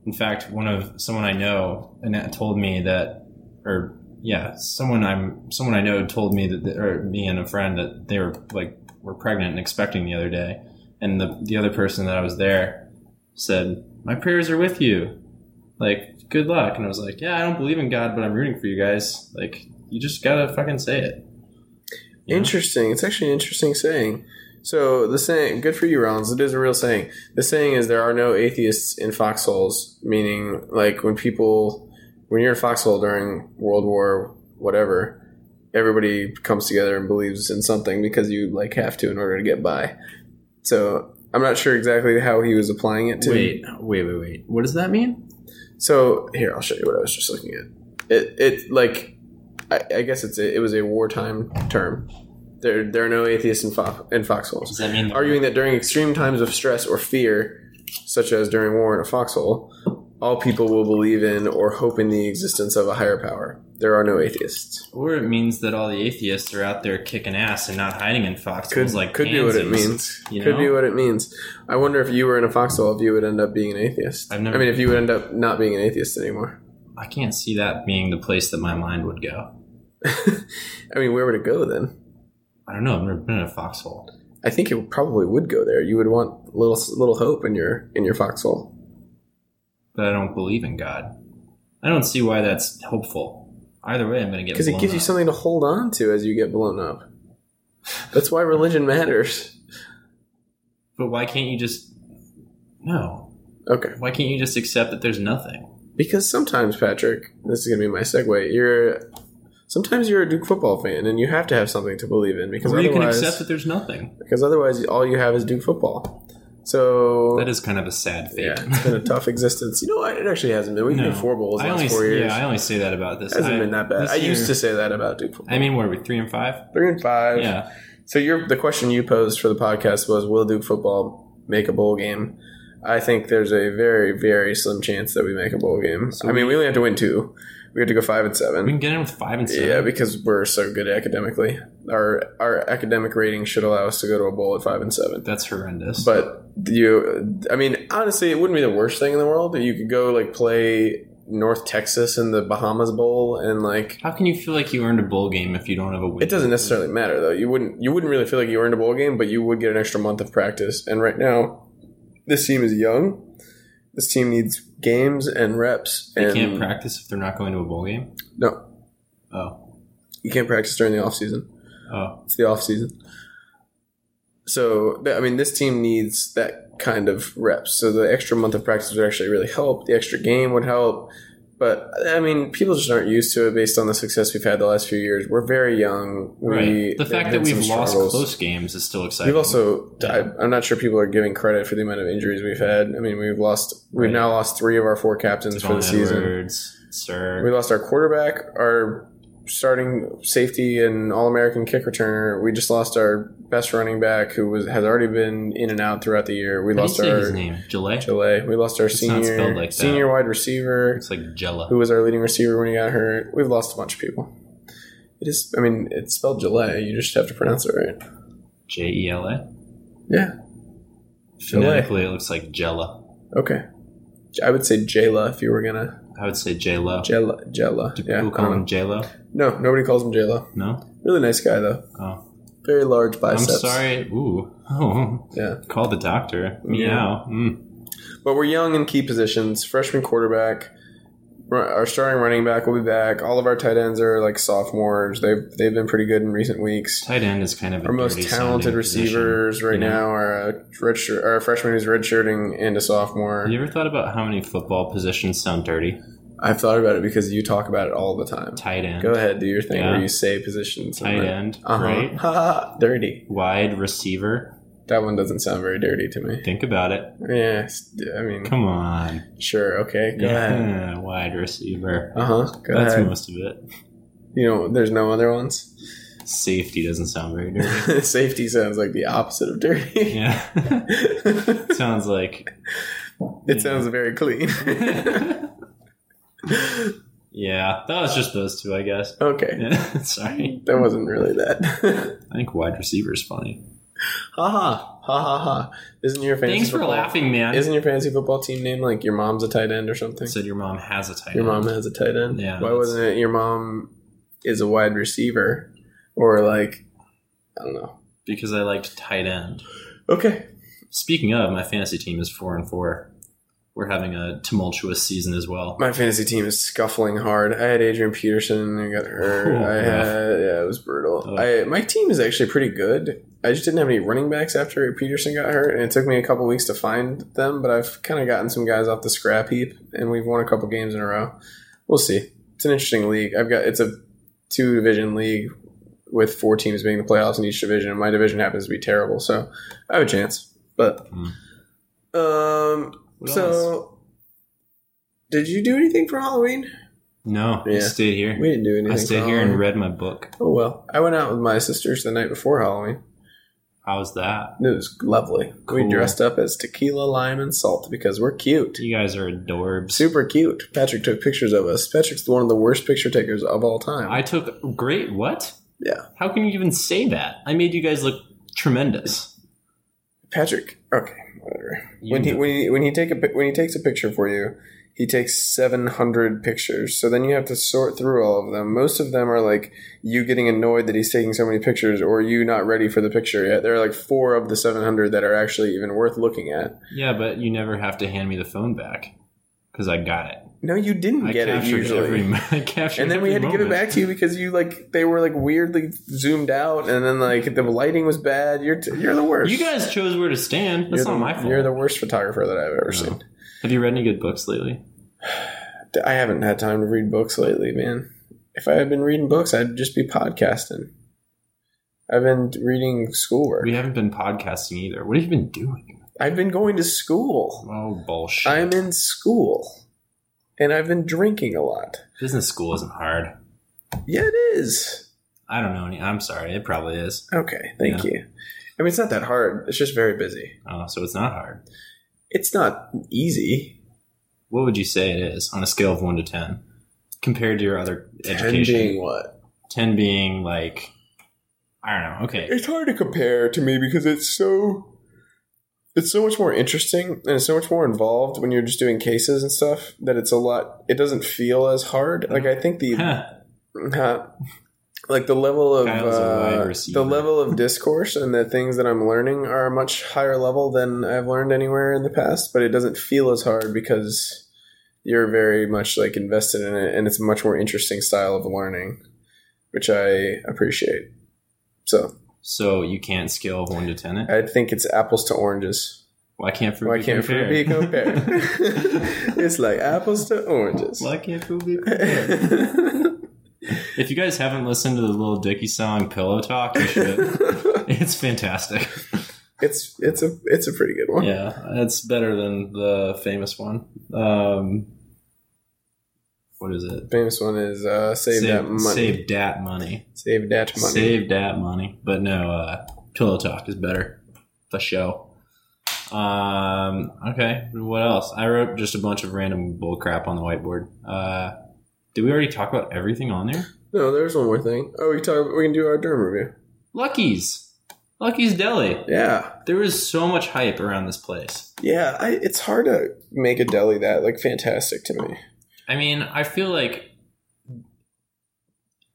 S1: In fact, one of someone I know and that told me that, or yeah, someone I'm someone I know told me that, or me and a friend that they were like were pregnant and expecting the other day, and the the other person that I was there said, "My prayers are with you." Like, good luck. And I was like, yeah, I don't believe in God, but I'm rooting for you guys. Like, you just gotta fucking say it. Yeah.
S2: Interesting. It's actually an interesting saying. So the saying, good for you, Rollins. It is a real saying. The saying is there are no atheists in foxholes, meaning like when people, when you're in a foxhole during World War whatever, everybody comes together and believes in something because you like have to in order to get by. So I'm not sure exactly how he was applying it to.
S1: Wait, wait, wait, wait. What does that mean?
S2: So here, I'll show you what I was just looking at. It it like I, I guess it's a, it was a wartime term. There there are no atheists in, fo- in foxholes.
S1: Does that mean
S2: Arguing that during extreme times of stress or fear, such as during war in a foxhole, all people will believe in or hope in the existence of a higher power. There are no atheists.
S1: or it means that all the atheists are out there kicking ass and not hiding in foxholes
S2: Could
S1: like
S2: could be what it
S1: pansies.
S2: means.
S1: you
S2: could be
S1: know?
S2: what it means. I wonder if you were in a foxhole, if you would end up being an atheist.
S1: I've never-
S2: I mean, if you would end up not being an atheist anymore.
S1: I can't see that being the place that my mind would go.
S2: I mean, where would it go then?
S1: I don't know. I've never been in a foxhole.
S2: I think it probably would go there. You would want little little hope in your in your foxhole.
S1: But I don't believe in God. I don't see why that's helpful. Either way, I'm going to get
S2: because it
S1: blown
S2: gives you
S1: up.
S2: something to hold on to as you get blown up. That's why religion matters.
S1: But why can't you just no?
S2: Okay,
S1: Why can't you just accept that there's nothing?
S2: because sometimes Patrick, this is gonna be my segue. You're sometimes you're a Duke football fan, and you have to have something to believe in because
S1: Or you can
S2: otherwise,
S1: accept that there's nothing.
S2: because otherwise all you have is Duke football. So
S1: That is kind of a sad fate.
S2: yeah, it's been a tough existence. You know what? It actually hasn't been. We've
S1: No.
S2: been four bowls in
S1: I
S2: the
S1: only,
S2: last four years.
S1: Yeah, I only say that about this.
S2: it hasn't
S1: I-
S2: been that bad.
S1: this
S2: I used
S1: year-
S2: to say that about Duke football.
S1: I mean, what are we three and five?
S2: three and five.
S1: Yeah,
S2: So your the question you posed for the podcast was, will Duke football make a bowl game? I think there's a very very slim chance that we make a bowl game. I mean, we only have to win two. We have to go five and seven.
S1: we can get in with five and seven.
S2: Yeah, because we're so good academically. Our our academic rating should allow us to go to a bowl at five and seven.
S1: That's horrendous.
S2: But you, I mean, honestly, it wouldn't be the worst thing in the world. You could go like play North Texas in the Bahamas Bowl, and like
S1: how can you feel like you earned a bowl game if you don't have a win?
S2: it doesn't necessarily matter though. You wouldn't you wouldn't really feel like you earned a bowl game, but you would get an extra month of practice. And right now, this team is young. This team needs games and reps.
S1: They
S2: and
S1: can't practice if they're not going to a bowl game.
S2: No,
S1: Oh,
S2: you can't practice during the off season.
S1: oh,
S2: It's the off season. So th- I mean, this team needs that kind of reps. So the extra month of practice would actually really help. The extra game would help. But I mean, people just aren't used to it based on the success we've had the last few years. We're very young. We,
S1: right. The
S2: they've
S1: fact
S2: had
S1: that we've
S2: some
S1: lost
S2: struggles.
S1: close games is still exciting.
S2: We've also, I, I'm not sure people are giving credit for the amount of injuries we've had. I mean, we've lost, we've
S1: Right.
S2: now lost three of our four captains for the
S1: Devon
S2: season.
S1: Edwards, Sir.
S2: We lost our quarterback, our starting safety, and All American kick returner. We just lost our best running back, who was has already been in and out throughout the year. We
S1: How do you
S2: lost
S1: say his
S2: our
S1: name? Gillette.
S2: delay. We lost our
S1: It's not
S2: senior
S1: spelled like that.
S2: senior wide receiver,
S1: It's like Jella.
S2: who was our leading receiver when he got hurt. We've lost a bunch of people. It is. I mean, it's spelled Gillette. You just have to pronounce it right.
S1: J e l a.
S2: Yeah.
S1: Phonetically, it looks like Jella.
S2: Okay. I would say Jayla if you were gonna
S1: I would say J Lo.
S2: Jayla. Jayla.
S1: Do
S2: Yeah.
S1: people call him J Lo?
S2: No, nobody calls him Jayla.
S1: No.
S2: Really nice guy though.
S1: Oh,
S2: Very large
S1: I'm
S2: biceps.
S1: sorry. Ooh. Oh.
S2: Yeah.
S1: Call the doctor.
S2: Yeah.
S1: Meow. Mm.
S2: But we're young in key positions. Freshman quarterback, ru- our starting running back will be back. All of our tight ends are like sophomores. They've they've been pretty good in recent weeks.
S1: Tight end is kind of a
S2: Our most
S1: dirty
S2: talented
S1: sounding
S2: receivers right
S1: you know?
S2: now are a redshirt, or a freshman who's redshirting and a sophomore.
S1: Position. Have you ever thought about how many football positions sound dirty?
S2: I've thought about it because you talk about it all the time.
S1: Tight end.
S2: Go ahead, do your thing
S1: Yeah.
S2: where you say positions.
S1: Tight end.
S2: uh
S1: Right.
S2: dirty.
S1: Wide receiver.
S2: That one doesn't sound very dirty to me.
S1: Think about it.
S2: Yeah, it's- I mean,
S1: Come on.
S2: sure, okay, go ahead.
S1: Yeah. Wide receiver.
S2: Uh huh. Go
S1: That's
S2: ahead.
S1: most of it.
S2: You know, there's no other ones.
S1: Safety doesn't sound very dirty.
S2: Safety sounds like the opposite of dirty.
S1: yeah.
S2: it
S1: Sounds like.
S2: sounds very clean.
S1: yeah. That was just those two, I guess.
S2: okay.
S1: Yeah. Sorry.
S2: That wasn't really that.
S1: I think wide receiver is funny.
S2: ha ha. Ha ha ha. Isn't your fantasy
S1: Thanks for
S2: football,
S1: laughing, man.
S2: Isn't your fantasy football team name like your mom's a tight end or something?
S1: said your mom has a tight
S2: Your
S1: end.
S2: mom has a tight end.
S1: Yeah,
S2: Why
S1: that's-
S2: wasn't it your mom is a wide receiver or like I don't know.
S1: because I liked tight end.
S2: Okay.
S1: Speaking of, my fantasy team is four and four. We're having a tumultuous season as well.
S2: My fantasy team is scuffling hard. I had Adrian Peterson who got hurt.
S1: Oh,
S2: I
S1: yeah.
S2: had yeah, it was brutal.
S1: Oh.
S2: I my team is actually pretty good. I just didn't have any running backs after Peterson got hurt, and it took me a couple weeks to find them. But I've kind of gotten some guys off the scrap heap, and we've won a couple games in a row. We'll see. It's an interesting league. I've got it's a two division league with four teams being the playoffs in each division, and my division happens to be terrible, so I have a chance. But
S1: Hmm.
S2: um,
S1: What
S2: so.
S1: else?
S2: Did you do anything for Halloween?
S1: no, I
S2: Yeah.
S1: stayed here.
S2: We didn't do anything.
S1: I
S2: for
S1: stayed here and
S2: Halloween.
S1: read my book.
S2: Oh well, I went out with my sisters the night before Halloween.
S1: How's that?
S2: It was lovely.
S1: Cool.
S2: We dressed up as tequila, lime, and salt because we're cute,
S1: You guys are adorbs.
S2: super cute. Patrick took pictures of us. Patrick's one of the worst picture takers of all time.
S1: I took great. What?
S2: yeah,
S1: How can you even say that? I made you guys look tremendous.
S2: Patrick. Okay, whatever.
S1: You
S2: when he
S1: know.
S2: when he when he take a pic- when he takes a picture for you, he takes seven hundred pictures. So then you have to sort through all of them. Most of them are like you getting annoyed that he's taking so many pictures, or you not ready for the picture yet. There are like four of the seven hundred that are actually even worth looking at.
S1: Yeah, but you never have to hand me the phone back because I got it.
S2: No, you didn't
S1: I
S2: get it
S1: captured
S2: usually.
S1: every. I captured.
S2: and then we
S1: every
S2: had to give it
S1: moment.
S2: back to you because you like they were like weirdly zoomed out, and then like the lighting was bad. You're t- you're the worst.
S1: You guys chose where to stand. That's
S2: you're
S1: not
S2: the,
S1: my fault.
S2: You're the worst photographer that I've ever seen.
S1: Have you read any good books lately?
S2: I haven't had time to read books lately, man. If I had been reading books, I'd just be podcasting. I've been reading schoolwork.
S1: We haven't been podcasting either. What have you been doing?
S2: I've been going to school.
S1: Oh bullshit!
S2: I'm in school, and I've been drinking a lot.
S1: Business school isn't hard.
S2: Yeah, it is.
S1: I don't know any. I'm sorry. It probably is.
S2: Okay, thank you. I mean, it's not that hard. It's just very busy.
S1: Oh, so it's not hard.
S2: It's not easy.
S1: What would you say it is on a scale of one to ten compared to your other
S2: Ten
S1: education?
S2: being what?
S1: ten being like, I don't know. Okay,
S2: It's hard to compare to me because it's so. It's so much more interesting and it's so much more involved when you're just doing cases and stuff that it's a lot. It doesn't feel as hard. Like I think the
S1: Mm-hmm. Huh.
S2: Huh. like the level of
S1: Kyle's a wide
S2: uh,
S1: receiver.
S2: the level of discourse and the things that I'm learning are a much higher level than I've learned anywhere in the past, but it doesn't feel as hard because you're very much like invested in it and it's a much more interesting style of learning, which I appreciate. So
S1: so you can't scale of one to ten it.
S2: I think it's apples to oranges.
S1: Why can't fruit
S2: Uh, Why
S1: be
S2: can't fruit
S1: compared?
S2: be compared? it's like apples to oranges.
S1: Why can't fruit be compared? If you guys haven't listened to the Little Dicky song "Pillow Talk," you should. it's fantastic.
S2: it's it's a it's a pretty good one.
S1: Yeah, it's better than the famous one. Um, what is it?
S2: famous one is uh, save, that money. Save,
S1: Save dat money.
S2: that money.
S1: Save dat money. But no, uh, Pillow Talk is better. The show. Um, okay, what else? I wrote just a bunch of random bull crap on the whiteboard. Uh, did we already talk about everything on there?
S2: No, there's one more thing. Oh, we talk. We can do our derm review.
S1: Lucky's. Lucky's Deli.
S2: Yeah,
S1: There was so much hype around this place.
S2: yeah. I, it's hard to make a deli that like fantastic to me.
S1: I mean, I feel like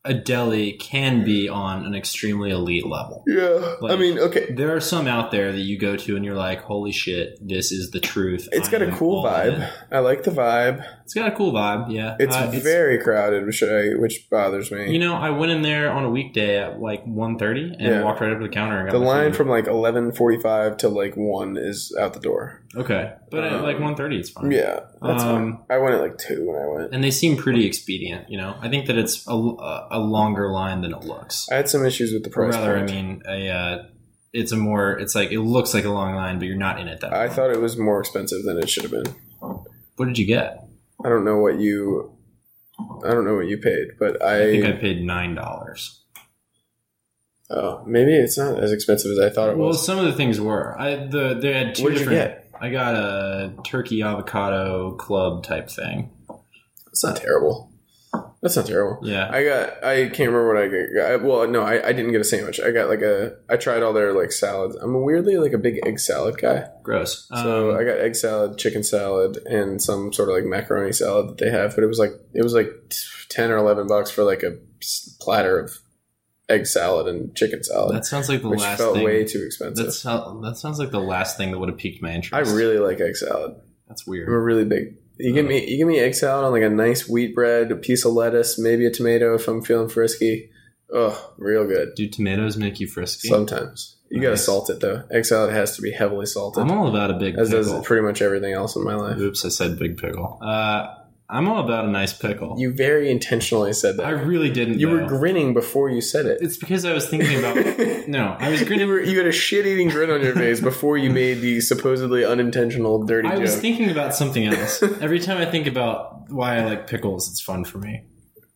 S1: a deli can be on an extremely elite level.
S2: Yeah, I
S1: Like-
S2: mean, okay,
S1: There are some out there that you go to and you're like, holy shit, this is the truth.
S2: it's
S1: I
S2: got a
S1: am
S2: cool
S1: all in
S2: vibe.
S1: it."
S2: I like the vibe.
S1: It's got a cool vibe, yeah.
S2: It's
S1: Uh,
S2: very crowded, which I, which bothers me.
S1: You know, I went in there on a weekday at like 1.30 and
S2: Yeah.
S1: walked right up to the counter and got
S2: the
S1: my
S2: line
S1: food.
S2: from like eleven forty-five to like one is out the door.
S1: Okay. But at like
S2: Um,
S1: 1.30 it's fine.
S2: Yeah, that's
S1: Um,
S2: fine. I went at like two when I went.
S1: And they seem pretty expedient, you know. I think that it's a, a a longer line than it looks.
S2: I had some issues with the
S1: Or
S2: price.
S1: rather, I
S2: point.
S1: mean, a, uh, it's a more. It's like it looks like a long line, but you're not in it that.
S2: I
S1: long.
S2: thought it was more expensive than it should have been.
S1: What did you get?
S2: I don't know what you I don't know what you paid, but I,
S1: I, think I paid nine dollars.
S2: oh, maybe it's not as expensive as I thought it
S1: Well,
S2: was.
S1: some of the things were. I the they had 2
S2: What did you
S1: different.
S2: get?
S1: I got a turkey avocado club type thing.
S2: It's not terrible. That's not terrible.
S1: Yeah,
S2: I got I can't remember what I got. I, well, no, I, I didn't get a sandwich. I got like a I tried all their like salads. I'm weirdly like a big egg salad guy.
S1: gross.
S2: So
S1: Um,
S2: I got egg salad, chicken salad, and some sort of like macaroni salad that they have, but it was like it was like 10 or 11 bucks for like a s- platter of egg salad and chicken salad,
S1: that sounds like the
S2: which
S1: last
S2: felt
S1: thing.
S2: way too expensive.
S1: that, sound, that sounds like the last thing that would have piqued my
S2: I
S1: interest.
S2: really like egg salad.
S1: That's
S2: I'm a
S1: weird.
S2: really big. You
S1: Oh.
S2: give me you give me egg salad on like a nice wheat bread, a piece of lettuce, maybe a tomato if I'm feeling frisky. Ugh, real good.
S1: Do tomatoes make you frisky?
S2: Sometimes you gotta
S1: Nice.
S2: salt it though. Egg salad has to be heavily salted,
S1: I'm all about a big
S2: as does
S1: pickle.
S2: pretty much everything else in my life.
S1: Oops, I said big pickle. Uh, I'm all about a nice pickle.
S2: You very intentionally said
S1: I
S2: that.
S1: really didn't.
S2: You were
S1: though.
S2: grinning before you said it.
S1: It's because I was thinking about. no, I was
S2: You,
S1: grinning.
S2: were, you had a shit-eating grin on your face before you made the supposedly unintentional dirty
S1: I
S2: joke.
S1: was thinking about something else. Every time I think about why I like pickles, it's fun for me.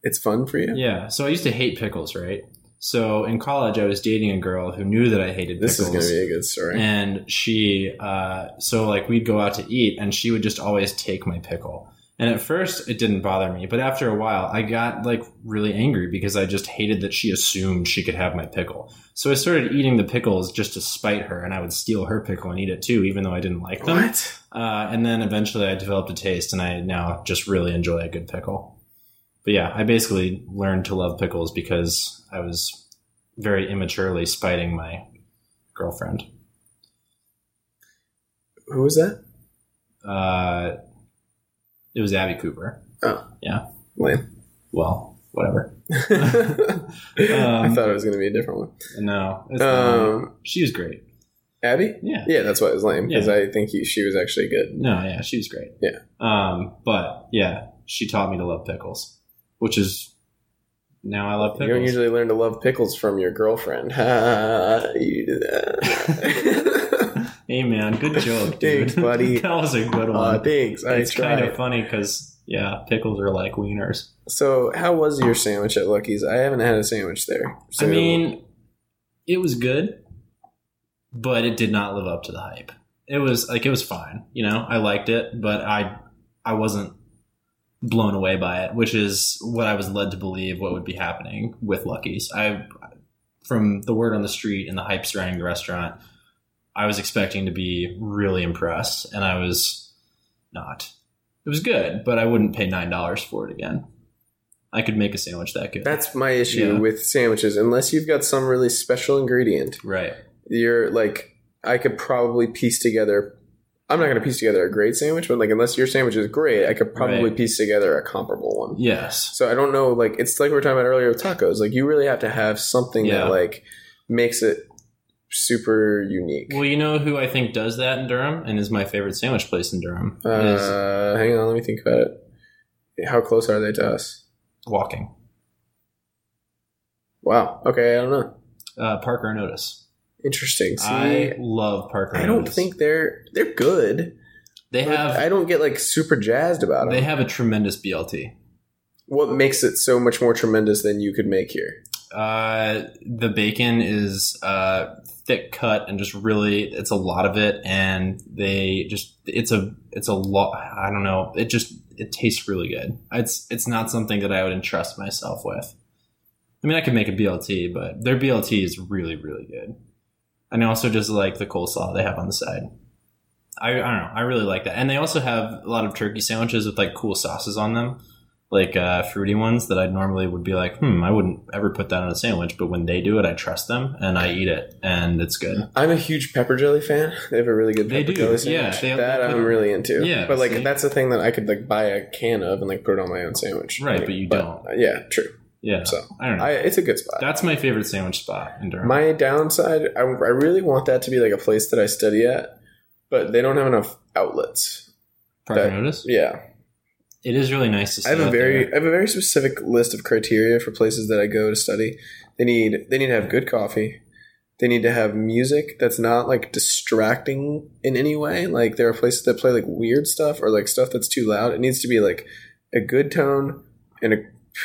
S2: it's fun for you.
S1: Yeah. So I used to hate pickles, right? So in college, I was dating a girl who knew that I hated
S2: This
S1: pickles.
S2: is gonna be a good story.
S1: and she uh, so like we'd go out to eat and she would just always take my pickle and at first it didn't bother me but after a while i got like really angry because i just hated that she assumed she could have my pickle so i started eating the pickles just to spite her and i would steal her pickle and eat it too even though i didn't like them
S2: What?
S1: uh, and then eventually i developed a taste and i now just really enjoy a good pickle but yeah i basically learned to love pickles because i was very immaturely spiting my girlfriend
S2: Who was that?
S1: uh, it was Abby Cooper.
S2: Oh. Lame.
S1: Well, whatever.
S2: I
S1: Um,
S2: thought it was going to be a different one.
S1: No, it's not.
S2: Um,
S1: she was great.
S2: Abby?
S1: Yeah,
S2: Yeah, that's why it was lame because I think he, she was actually good.
S1: no, yeah, she was great.
S2: Yeah.
S1: Um, but yeah, she taught me to love pickles, which is now I love
S2: You don't
S1: pickles.
S2: usually learn to love pickles from your girlfriend. you do that.
S1: Hey man, good joke, dude.
S2: Thanks, buddy.
S1: that was a good one.
S2: Uh, thanks. I
S1: it's
S2: tried.
S1: kind of funny because yeah, pickles are like wieners.
S2: so, how was your sandwich at Lucky's? I haven't had a sandwich there. So,
S1: I mean, it was good, but it did not live up to the hype. It was like it was fine, you know. I liked it, but I I wasn't blown away by it, which is what I was led to believe what would be happening with Lucky's. I from the word on the street and the hype surrounding the restaurant, I was expecting to be really impressed, and I was not. It was good, but I wouldn't pay nine dollars for it again. I could make a sandwich that good.
S2: that's my issue
S1: Yeah.
S2: with sandwiches. Unless you've got some really special ingredient,
S1: right.
S2: you're like, I could probably piece together. I'm not going to piece together a great sandwich, but like, unless your sandwich is great, I could probably
S1: Right.
S2: piece together a comparable one.
S1: Yes.
S2: So I don't know. Like it's like we were talking about earlier with tacos. Like you really have to have something
S1: Yeah.
S2: that like makes it super unique.
S1: Well, you know who I think does that in Durham and is my favorite sandwich place in Durham is
S2: uh, hang on, let me think about it. How close are they to us?
S1: walking.
S2: Wow. Okay, I don't know.
S1: Uh, Parker and Otis.
S2: Interesting. See,
S1: I
S2: I,
S1: love Parker. and
S2: don't
S1: Otis.
S2: think they're they're good.
S1: they
S2: but
S1: have.
S2: I don't get like super jazzed about them.
S1: they have a tremendous BLT.
S2: what makes it so much more tremendous than you could make here?
S1: Uh, the bacon is uh, thick cut and just really it's a lot of it, and they just it's a it's a lot. I don't know. It just it tastes really good. It's it's not something that I would entrust myself with. I mean, I could make a BLT, but their BLT is really really good, and I also just like the coleslaw they have on the side. I, I don't know. I really like that, and they also have a lot of turkey sandwiches with like cool sauces on them like uh, fruity ones that I normally would be like, hmm, I wouldn't ever put that on a sandwich, but when they do it, I trust them and I eat it, and it's good.
S2: I'm a huge pepper jelly fan. They have a really good
S1: They
S2: pepper
S1: do,
S2: jelly
S1: yeah,
S2: sandwich.
S1: they-
S2: that
S1: they
S2: I'm
S1: put-
S2: really into.
S1: Yeah,
S2: but like
S1: see?
S2: that's the thing that I could like buy a can of and like put it on my own sandwich.
S1: Right,
S2: Like,
S1: but you don't.
S2: uh, yeah, true.
S1: Yeah,
S2: So
S1: I don't know.
S2: I, it's a good spot.
S1: That's my favorite sandwich spot in Durham.
S2: My downside, I, I really want that to be like a place that I study at, but they don't have enough outlets.
S1: Parker
S2: that-
S1: Notice.
S2: Yeah,
S1: It is really nice to see.
S2: uh, I have a
S1: out
S2: very
S1: there.
S2: I have a very specific list of criteria for places that I go to study. They need they need to have good coffee. They need to have music that's not like distracting in any way. Like there are places that play like weird stuff or like stuff that's too loud. It needs to be like a good tone and a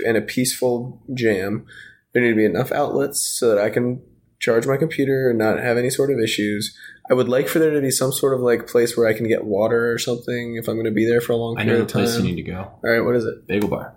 S2: and a peaceful jam. There need to be enough outlets so that I can charge my computer and not have any sort of issues. I would like for there to be some sort of like place where I can get water or something if I'm going to be there for a long
S1: I
S2: period
S1: know the
S2: of time.
S1: place you need to go.
S2: All right, what is it?
S1: Bagel Bar.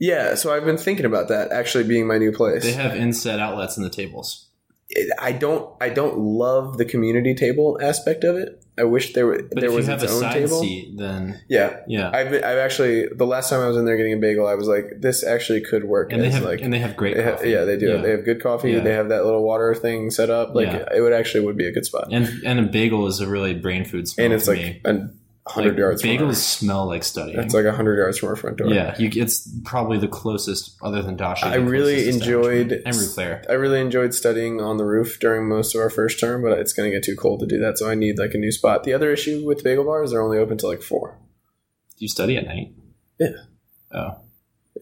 S2: Yeah, so I've been thinking about that actually being my new place.
S1: They have inset outlets in the tables.
S2: It- I don't I don't love the community table aspect of it. I wish there were
S1: But
S2: there
S1: if
S2: was
S1: you have a
S2: its own
S1: side
S2: table.
S1: seat, then
S2: Yeah.
S1: yeah,
S2: I've been, I've actually the last time I was in there getting a bagel, I was like, this actually could work.
S1: and they
S2: as,
S1: have
S2: like
S1: and they have great.
S2: they have,
S1: coffee.
S2: yeah, they do.
S1: Yeah.
S2: They have good coffee.
S1: Yeah.
S2: They have that little water thing set up. Like
S1: Yeah.
S2: it would actually would be a good spot.
S1: and and a bagel is a really brain food smell.
S2: and it's
S1: to
S2: like
S1: me.
S2: a hundred
S1: Like,
S2: yards.
S1: Bagels
S2: from our,
S1: smell like studying.
S2: That's like a hundred yards from our front door.
S1: Yeah, you, it's probably the closest, other than Dasha.
S2: I
S1: the
S2: really
S1: closest establishment.
S2: enjoyed-
S1: and Ruclair.
S2: I really enjoyed studying on the roof during most of our first term, but it's going to get too cold to do that, so I need like a new spot. The other issue with Bagel Bar is they're only open till like four.
S1: Do you study at night?
S2: Yeah.
S1: Oh,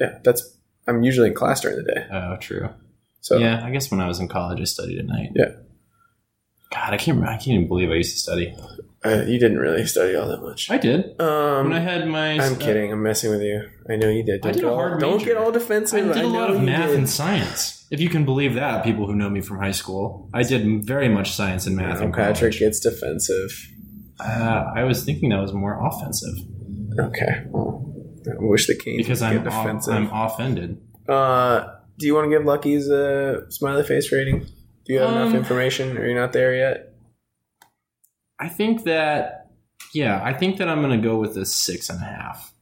S2: Yeah, that's I'm usually in class during the day,
S1: oh, true.
S2: so
S1: Yeah, I guess when I was in college, I studied at night.
S2: Yeah.
S1: God, I can't. remember- I can't even believe I used to study.
S2: uh, you didn't really study all that much.
S1: I did.
S2: Um,
S1: when I had my.
S2: I'm
S1: uh,
S2: kidding. I'm messing with you. I know you did.
S1: I
S2: Don't,
S1: did a
S2: get, all,
S1: hard
S2: don't
S1: major.
S2: get all
S1: I
S2: defensive.
S1: did a lot
S2: know
S1: of
S2: you
S1: math
S2: did.
S1: and science. If you can believe that, people who know me from high school, I did very much science and math.
S2: Now
S1: in
S2: Patrick
S1: college.
S2: gets defensive.
S1: Uh, I was thinking that was more offensive
S2: Okay. Well, I wish the Canes
S1: because
S2: would
S1: I'm
S2: get
S1: off,
S2: defensive.
S1: I'm offended.
S2: Uh, do you want to give Lucky's a smiley face rating? Do you have enough
S1: Um,
S2: information? Are you not there yet?
S1: I think that, yeah, I think that I'm going to go with a six and a half.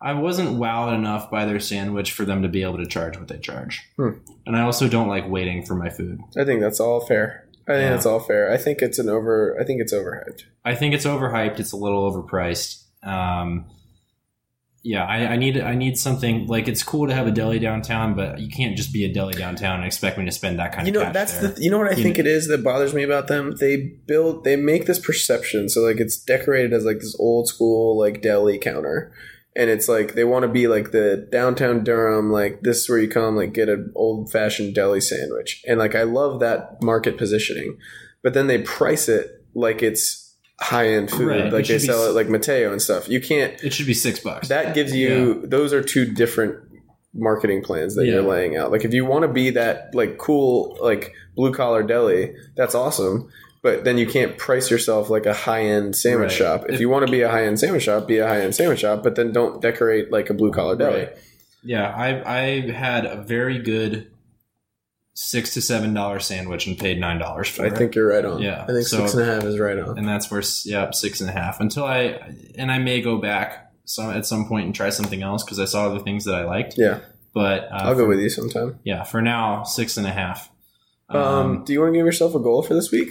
S1: I wasn't wowed enough by their sandwich for them to be able to charge what they charge.
S2: Hmm.
S1: And I also don't like waiting for my food.
S2: I think that's all fair. I think
S1: Yeah.
S2: that's all fair. I think it's an over. I think it's overhyped.
S1: I think it's overhyped. It's a little overpriced. Um, yeah, I, I need I need something like it's cool to have a deli downtown, but you can't just be a deli downtown and expect me to spend that kind
S2: You
S1: of.
S2: know,
S1: cash
S2: that's
S1: there.
S2: the. You know what I
S1: You
S2: think it is that bothers me about them. They build. They make this perception. So like, it's decorated as like this old school like deli counter, and it's like they want to be like the downtown Durham. Like this is where you come like get an old fashioned deli sandwich, and like I love that market positioning, but then they price it like it's high end food,
S1: Right. It
S2: like they
S1: should be
S2: sell
S1: s-
S2: it like Mateo and stuff. You can't.
S1: It should be six bucks.
S2: That gives you. Those are two different marketing plans that you're
S1: Yeah.
S2: laying out. Like if you want to be that like cool like blue collar deli, that's awesome. But then you can't price yourself like a high end sandwich
S1: Right.
S2: shop. If,
S1: If-
S2: you want to be a high end sandwich shop, be a high end sandwich shop. But then don't decorate like a blue collar deli.
S1: Right. Yeah, I I had a very good six to seven dollar sandwich and paid nine dollars for
S2: I
S1: it.
S2: think you're right on.
S1: Yeah.
S2: I think
S1: So-
S2: six and a half is right on.
S1: and that's where s- yeah six and a half until I and I may go back some at some point and try something else because I saw other things that I liked.
S2: Yeah.
S1: but uh,
S2: I'll go with you sometime.
S1: yeah for now six and a half.
S2: Um, do you want to give yourself a goal for this week?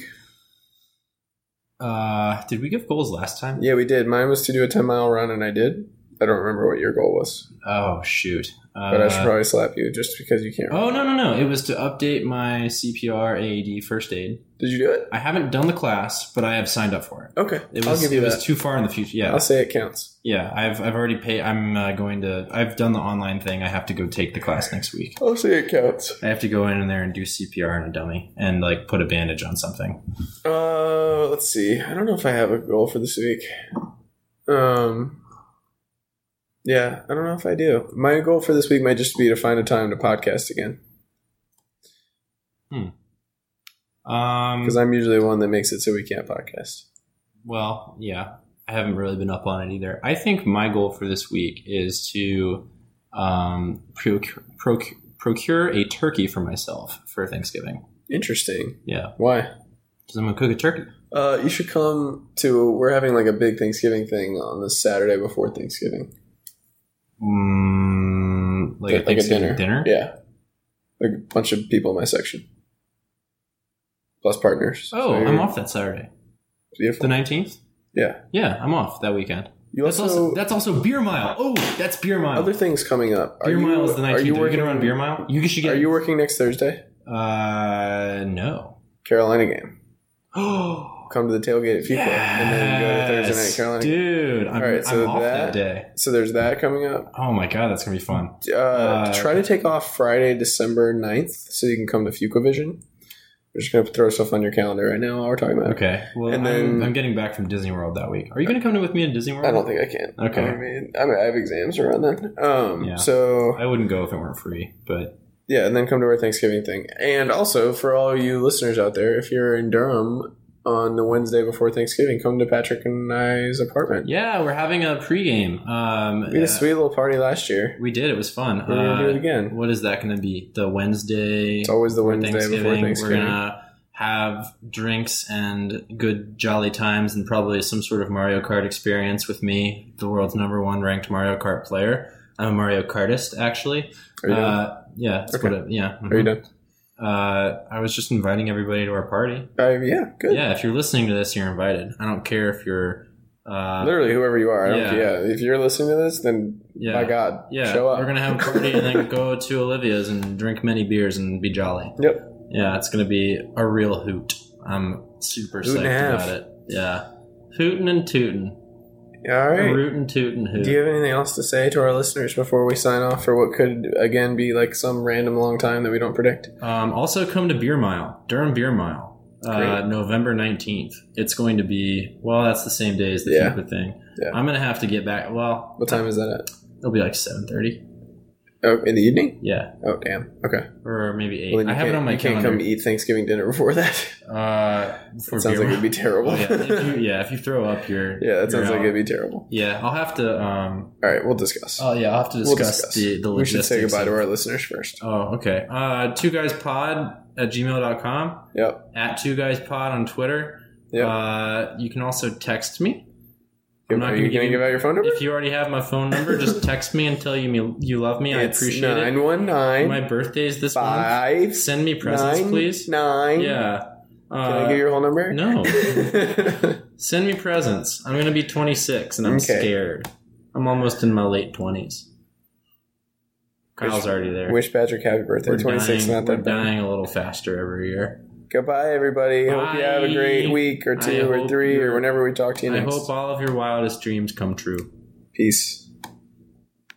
S1: uh, did we give goals last time?
S2: Yeah, we did. Mine was to do a 10 mile run, and I did. I don't remember what your goal was,
S1: Oh shoot! Uh,
S2: but I should probably slap you just because you can't.
S1: oh no no no! It was to update my CPR AED E first aid.
S2: Did you do it?
S1: I haven't done the class, but I have signed up for it.
S2: Okay.
S1: It
S2: I'll
S1: was
S2: give you
S1: it
S2: that.
S1: was too far in the future. Yeah,
S2: I'll say it counts.
S1: Yeah, I've I've already paid. I'm uh, going to. I've done the online thing. I have to go take the class next week.
S2: I'll say it counts.
S1: I have to go in there and do CPR on a dummy and like put a bandage on something.
S2: Uh, let's see. I don't know if I have a goal for this week. Um, yeah, I don't know if I do. My goal for this week might just be to find a time to podcast again
S1: Um.
S2: because I'm usually one that makes it so we can't podcast.
S1: Well, yeah. I haven't really been up on it either. I think my goal for this week is to um, procure, procure, procure a turkey for myself for Thanksgiving.
S2: Interesting.
S1: Yeah,
S2: Why?
S1: because I'm gonna cook a turkey.
S2: Uh, you should come to. We're having like a big Thanksgiving thing on the Saturday before Thanksgiving,
S1: Mm, like, a Thanksgiving dinner.
S2: Yeah, like a bunch of people in my section, plus partners.
S1: Oh,
S2: So
S1: I'm
S2: you're-
S1: off that Saturday,
S2: Beautiful.
S1: the 19th.
S2: Yeah.
S1: Yeah, I'm off that weekend.
S2: You
S1: That's
S2: also,
S1: also that's also beer mile. Oh, that's beer mile.
S2: other things coming up.
S1: beer
S2: you-
S1: mile is the
S2: Are
S1: nineteenth.
S2: you
S1: Are you
S2: working
S1: going around beer mile? You should get.
S2: Are you working next Thursday?
S1: Uh, no.
S2: Carolina game.
S1: Oh,
S2: Come to the tailgate at FICO, and then you go to Thursday night Carolina. game.
S1: dude. I'm,
S2: All right, so
S1: I'm off that,
S2: that-
S1: day.
S2: So there's that coming up.
S1: Oh my god, that's gonna be fun.
S2: Uh,
S1: Uh,
S2: try to take off Friday, December 9th, so you can come to FucoVision. We're just gonna throw stuff on your calendar right now while we're talking about it.
S1: Okay. Well,
S2: And
S1: I'm,
S2: then-
S1: I'm getting back from Disney World that week. Are you gonna come with me to Disney World?
S2: I don't think I can.
S1: Okay.
S2: I mean, I, mean, I have exams around then. Um,
S1: Yeah.
S2: So,
S1: I wouldn't go if it weren't free, but
S2: yeah, and then come to our Thanksgiving thing. And also, for all you listeners out there, if you're in Durham on the Wednesday before Thanksgiving, come to Patrick and I's apartment.
S1: yeah, we're having a pregame. Um,
S2: We had a
S1: uh,
S2: sweet little party last year.
S1: we did. It was fun.
S2: We're going to do it
S1: Uh,
S2: again.
S1: what is that gonna be? The Wednesday.
S2: It's always the
S1: for
S2: Wednesday before Thanksgiving.
S1: We're gonna have drinks and good jolly times, and probably some sort of Mario Kart experience with me, the world's number one ranked Mario Kart player. I'm a Mario Kartist, actually.
S2: Are you done?
S1: Uh, yeah, that's
S2: Okay.
S1: what I- yeah. mhm.
S2: Are you done?
S1: Uh, I was just inviting everybody to our party.
S2: Uh, yeah, good.
S1: Yeah, if you're listening to this, you're invited. I don't care if you're. Uh,
S2: Literally, whoever you are, I don't
S1: Yeah.
S2: care. Yeah, if you're listening to this, then
S1: yeah,
S2: my God,
S1: yeah.
S2: show up.
S1: We're gonna have a party and then go to Olivia's and drink many beers and be jolly.
S2: Yep.
S1: Yeah, it's gonna be a real hoot. I'm super
S2: Hoot and a
S1: psyched
S2: half.
S1: about it. Yeah, hootin' and tootin',
S2: all right.
S1: rootin' tootin' hoot.
S2: Do you have anything else to say to our listeners before we sign off for what could again be like some random long time that we don't predict?
S1: um, also, come to Beer Mile, Durham Beer Mile, uh,
S2: Great.
S1: November nineteenth. It's going to be well. That's the same day as the
S2: Yeah.
S1: FIFA thing.
S2: Yeah.
S1: I'm gonna have to get back. Well,
S2: What time is that at?
S1: it'll be like seven thirty.
S2: Oh, in the evening?
S1: Yeah,
S2: Oh, damn. Okay.
S1: or maybe eight.
S2: Well, then you
S1: I have it
S2: can't-
S1: on my
S2: you can't
S1: calendar.
S2: come eat Thanksgiving dinner before that.
S1: uh, for
S2: That sounds
S1: beer
S2: like it'd be
S1: Mile.
S2: terrible.
S1: Oh, yeah. If you, yeah, if you throw up, you're
S2: Yeah, that
S1: you're
S2: sounds like
S1: out.
S2: it'd be terrible.
S1: Yeah, I'll have to. Um,
S2: All right, we'll discuss.
S1: oh yeah, I'll have to
S2: We'll
S1: discuss,
S2: discuss.
S1: the the
S2: we should
S1: logistics.
S2: say goodbye
S1: of-
S2: to our listeners first.
S1: Oh, okay. Uh, two guys pod at gmail.com,
S2: Yep.
S1: at two guys pod on Twitter.
S2: Yep.
S1: Uh, you can also text me. I'm not
S2: Are
S1: gonna
S2: you
S1: give
S2: going to
S1: you-
S2: give out your phone number?
S1: If you already have my phone number, just text me and tell you me you love me. I appreciate
S2: nine
S1: it.
S2: one nine
S1: My birthday is this month.
S2: five
S1: Send me presents,
S2: nine
S1: please.
S2: nine.
S1: Yeah. Uh,
S2: Can I get your whole number?
S1: no. Send me presents. I'm gonna be 26 and I'm
S2: Okay.
S1: scared. I'm almost in my late 20s. Kyle's already there.
S2: Wish Patrick happy birthday.
S1: We're
S2: Twenty six,
S1: dying-
S2: not that
S1: we're
S2: bad.
S1: dying a little faster every year.
S2: Goodbye, everybody. Hope you have a great
S1: Bye.
S2: week or
S1: I
S2: two or
S1: hope
S2: three or
S1: you're-
S2: whenever we talk to you
S1: I
S2: next.
S1: hope all of your wildest dreams come true.
S2: Peace.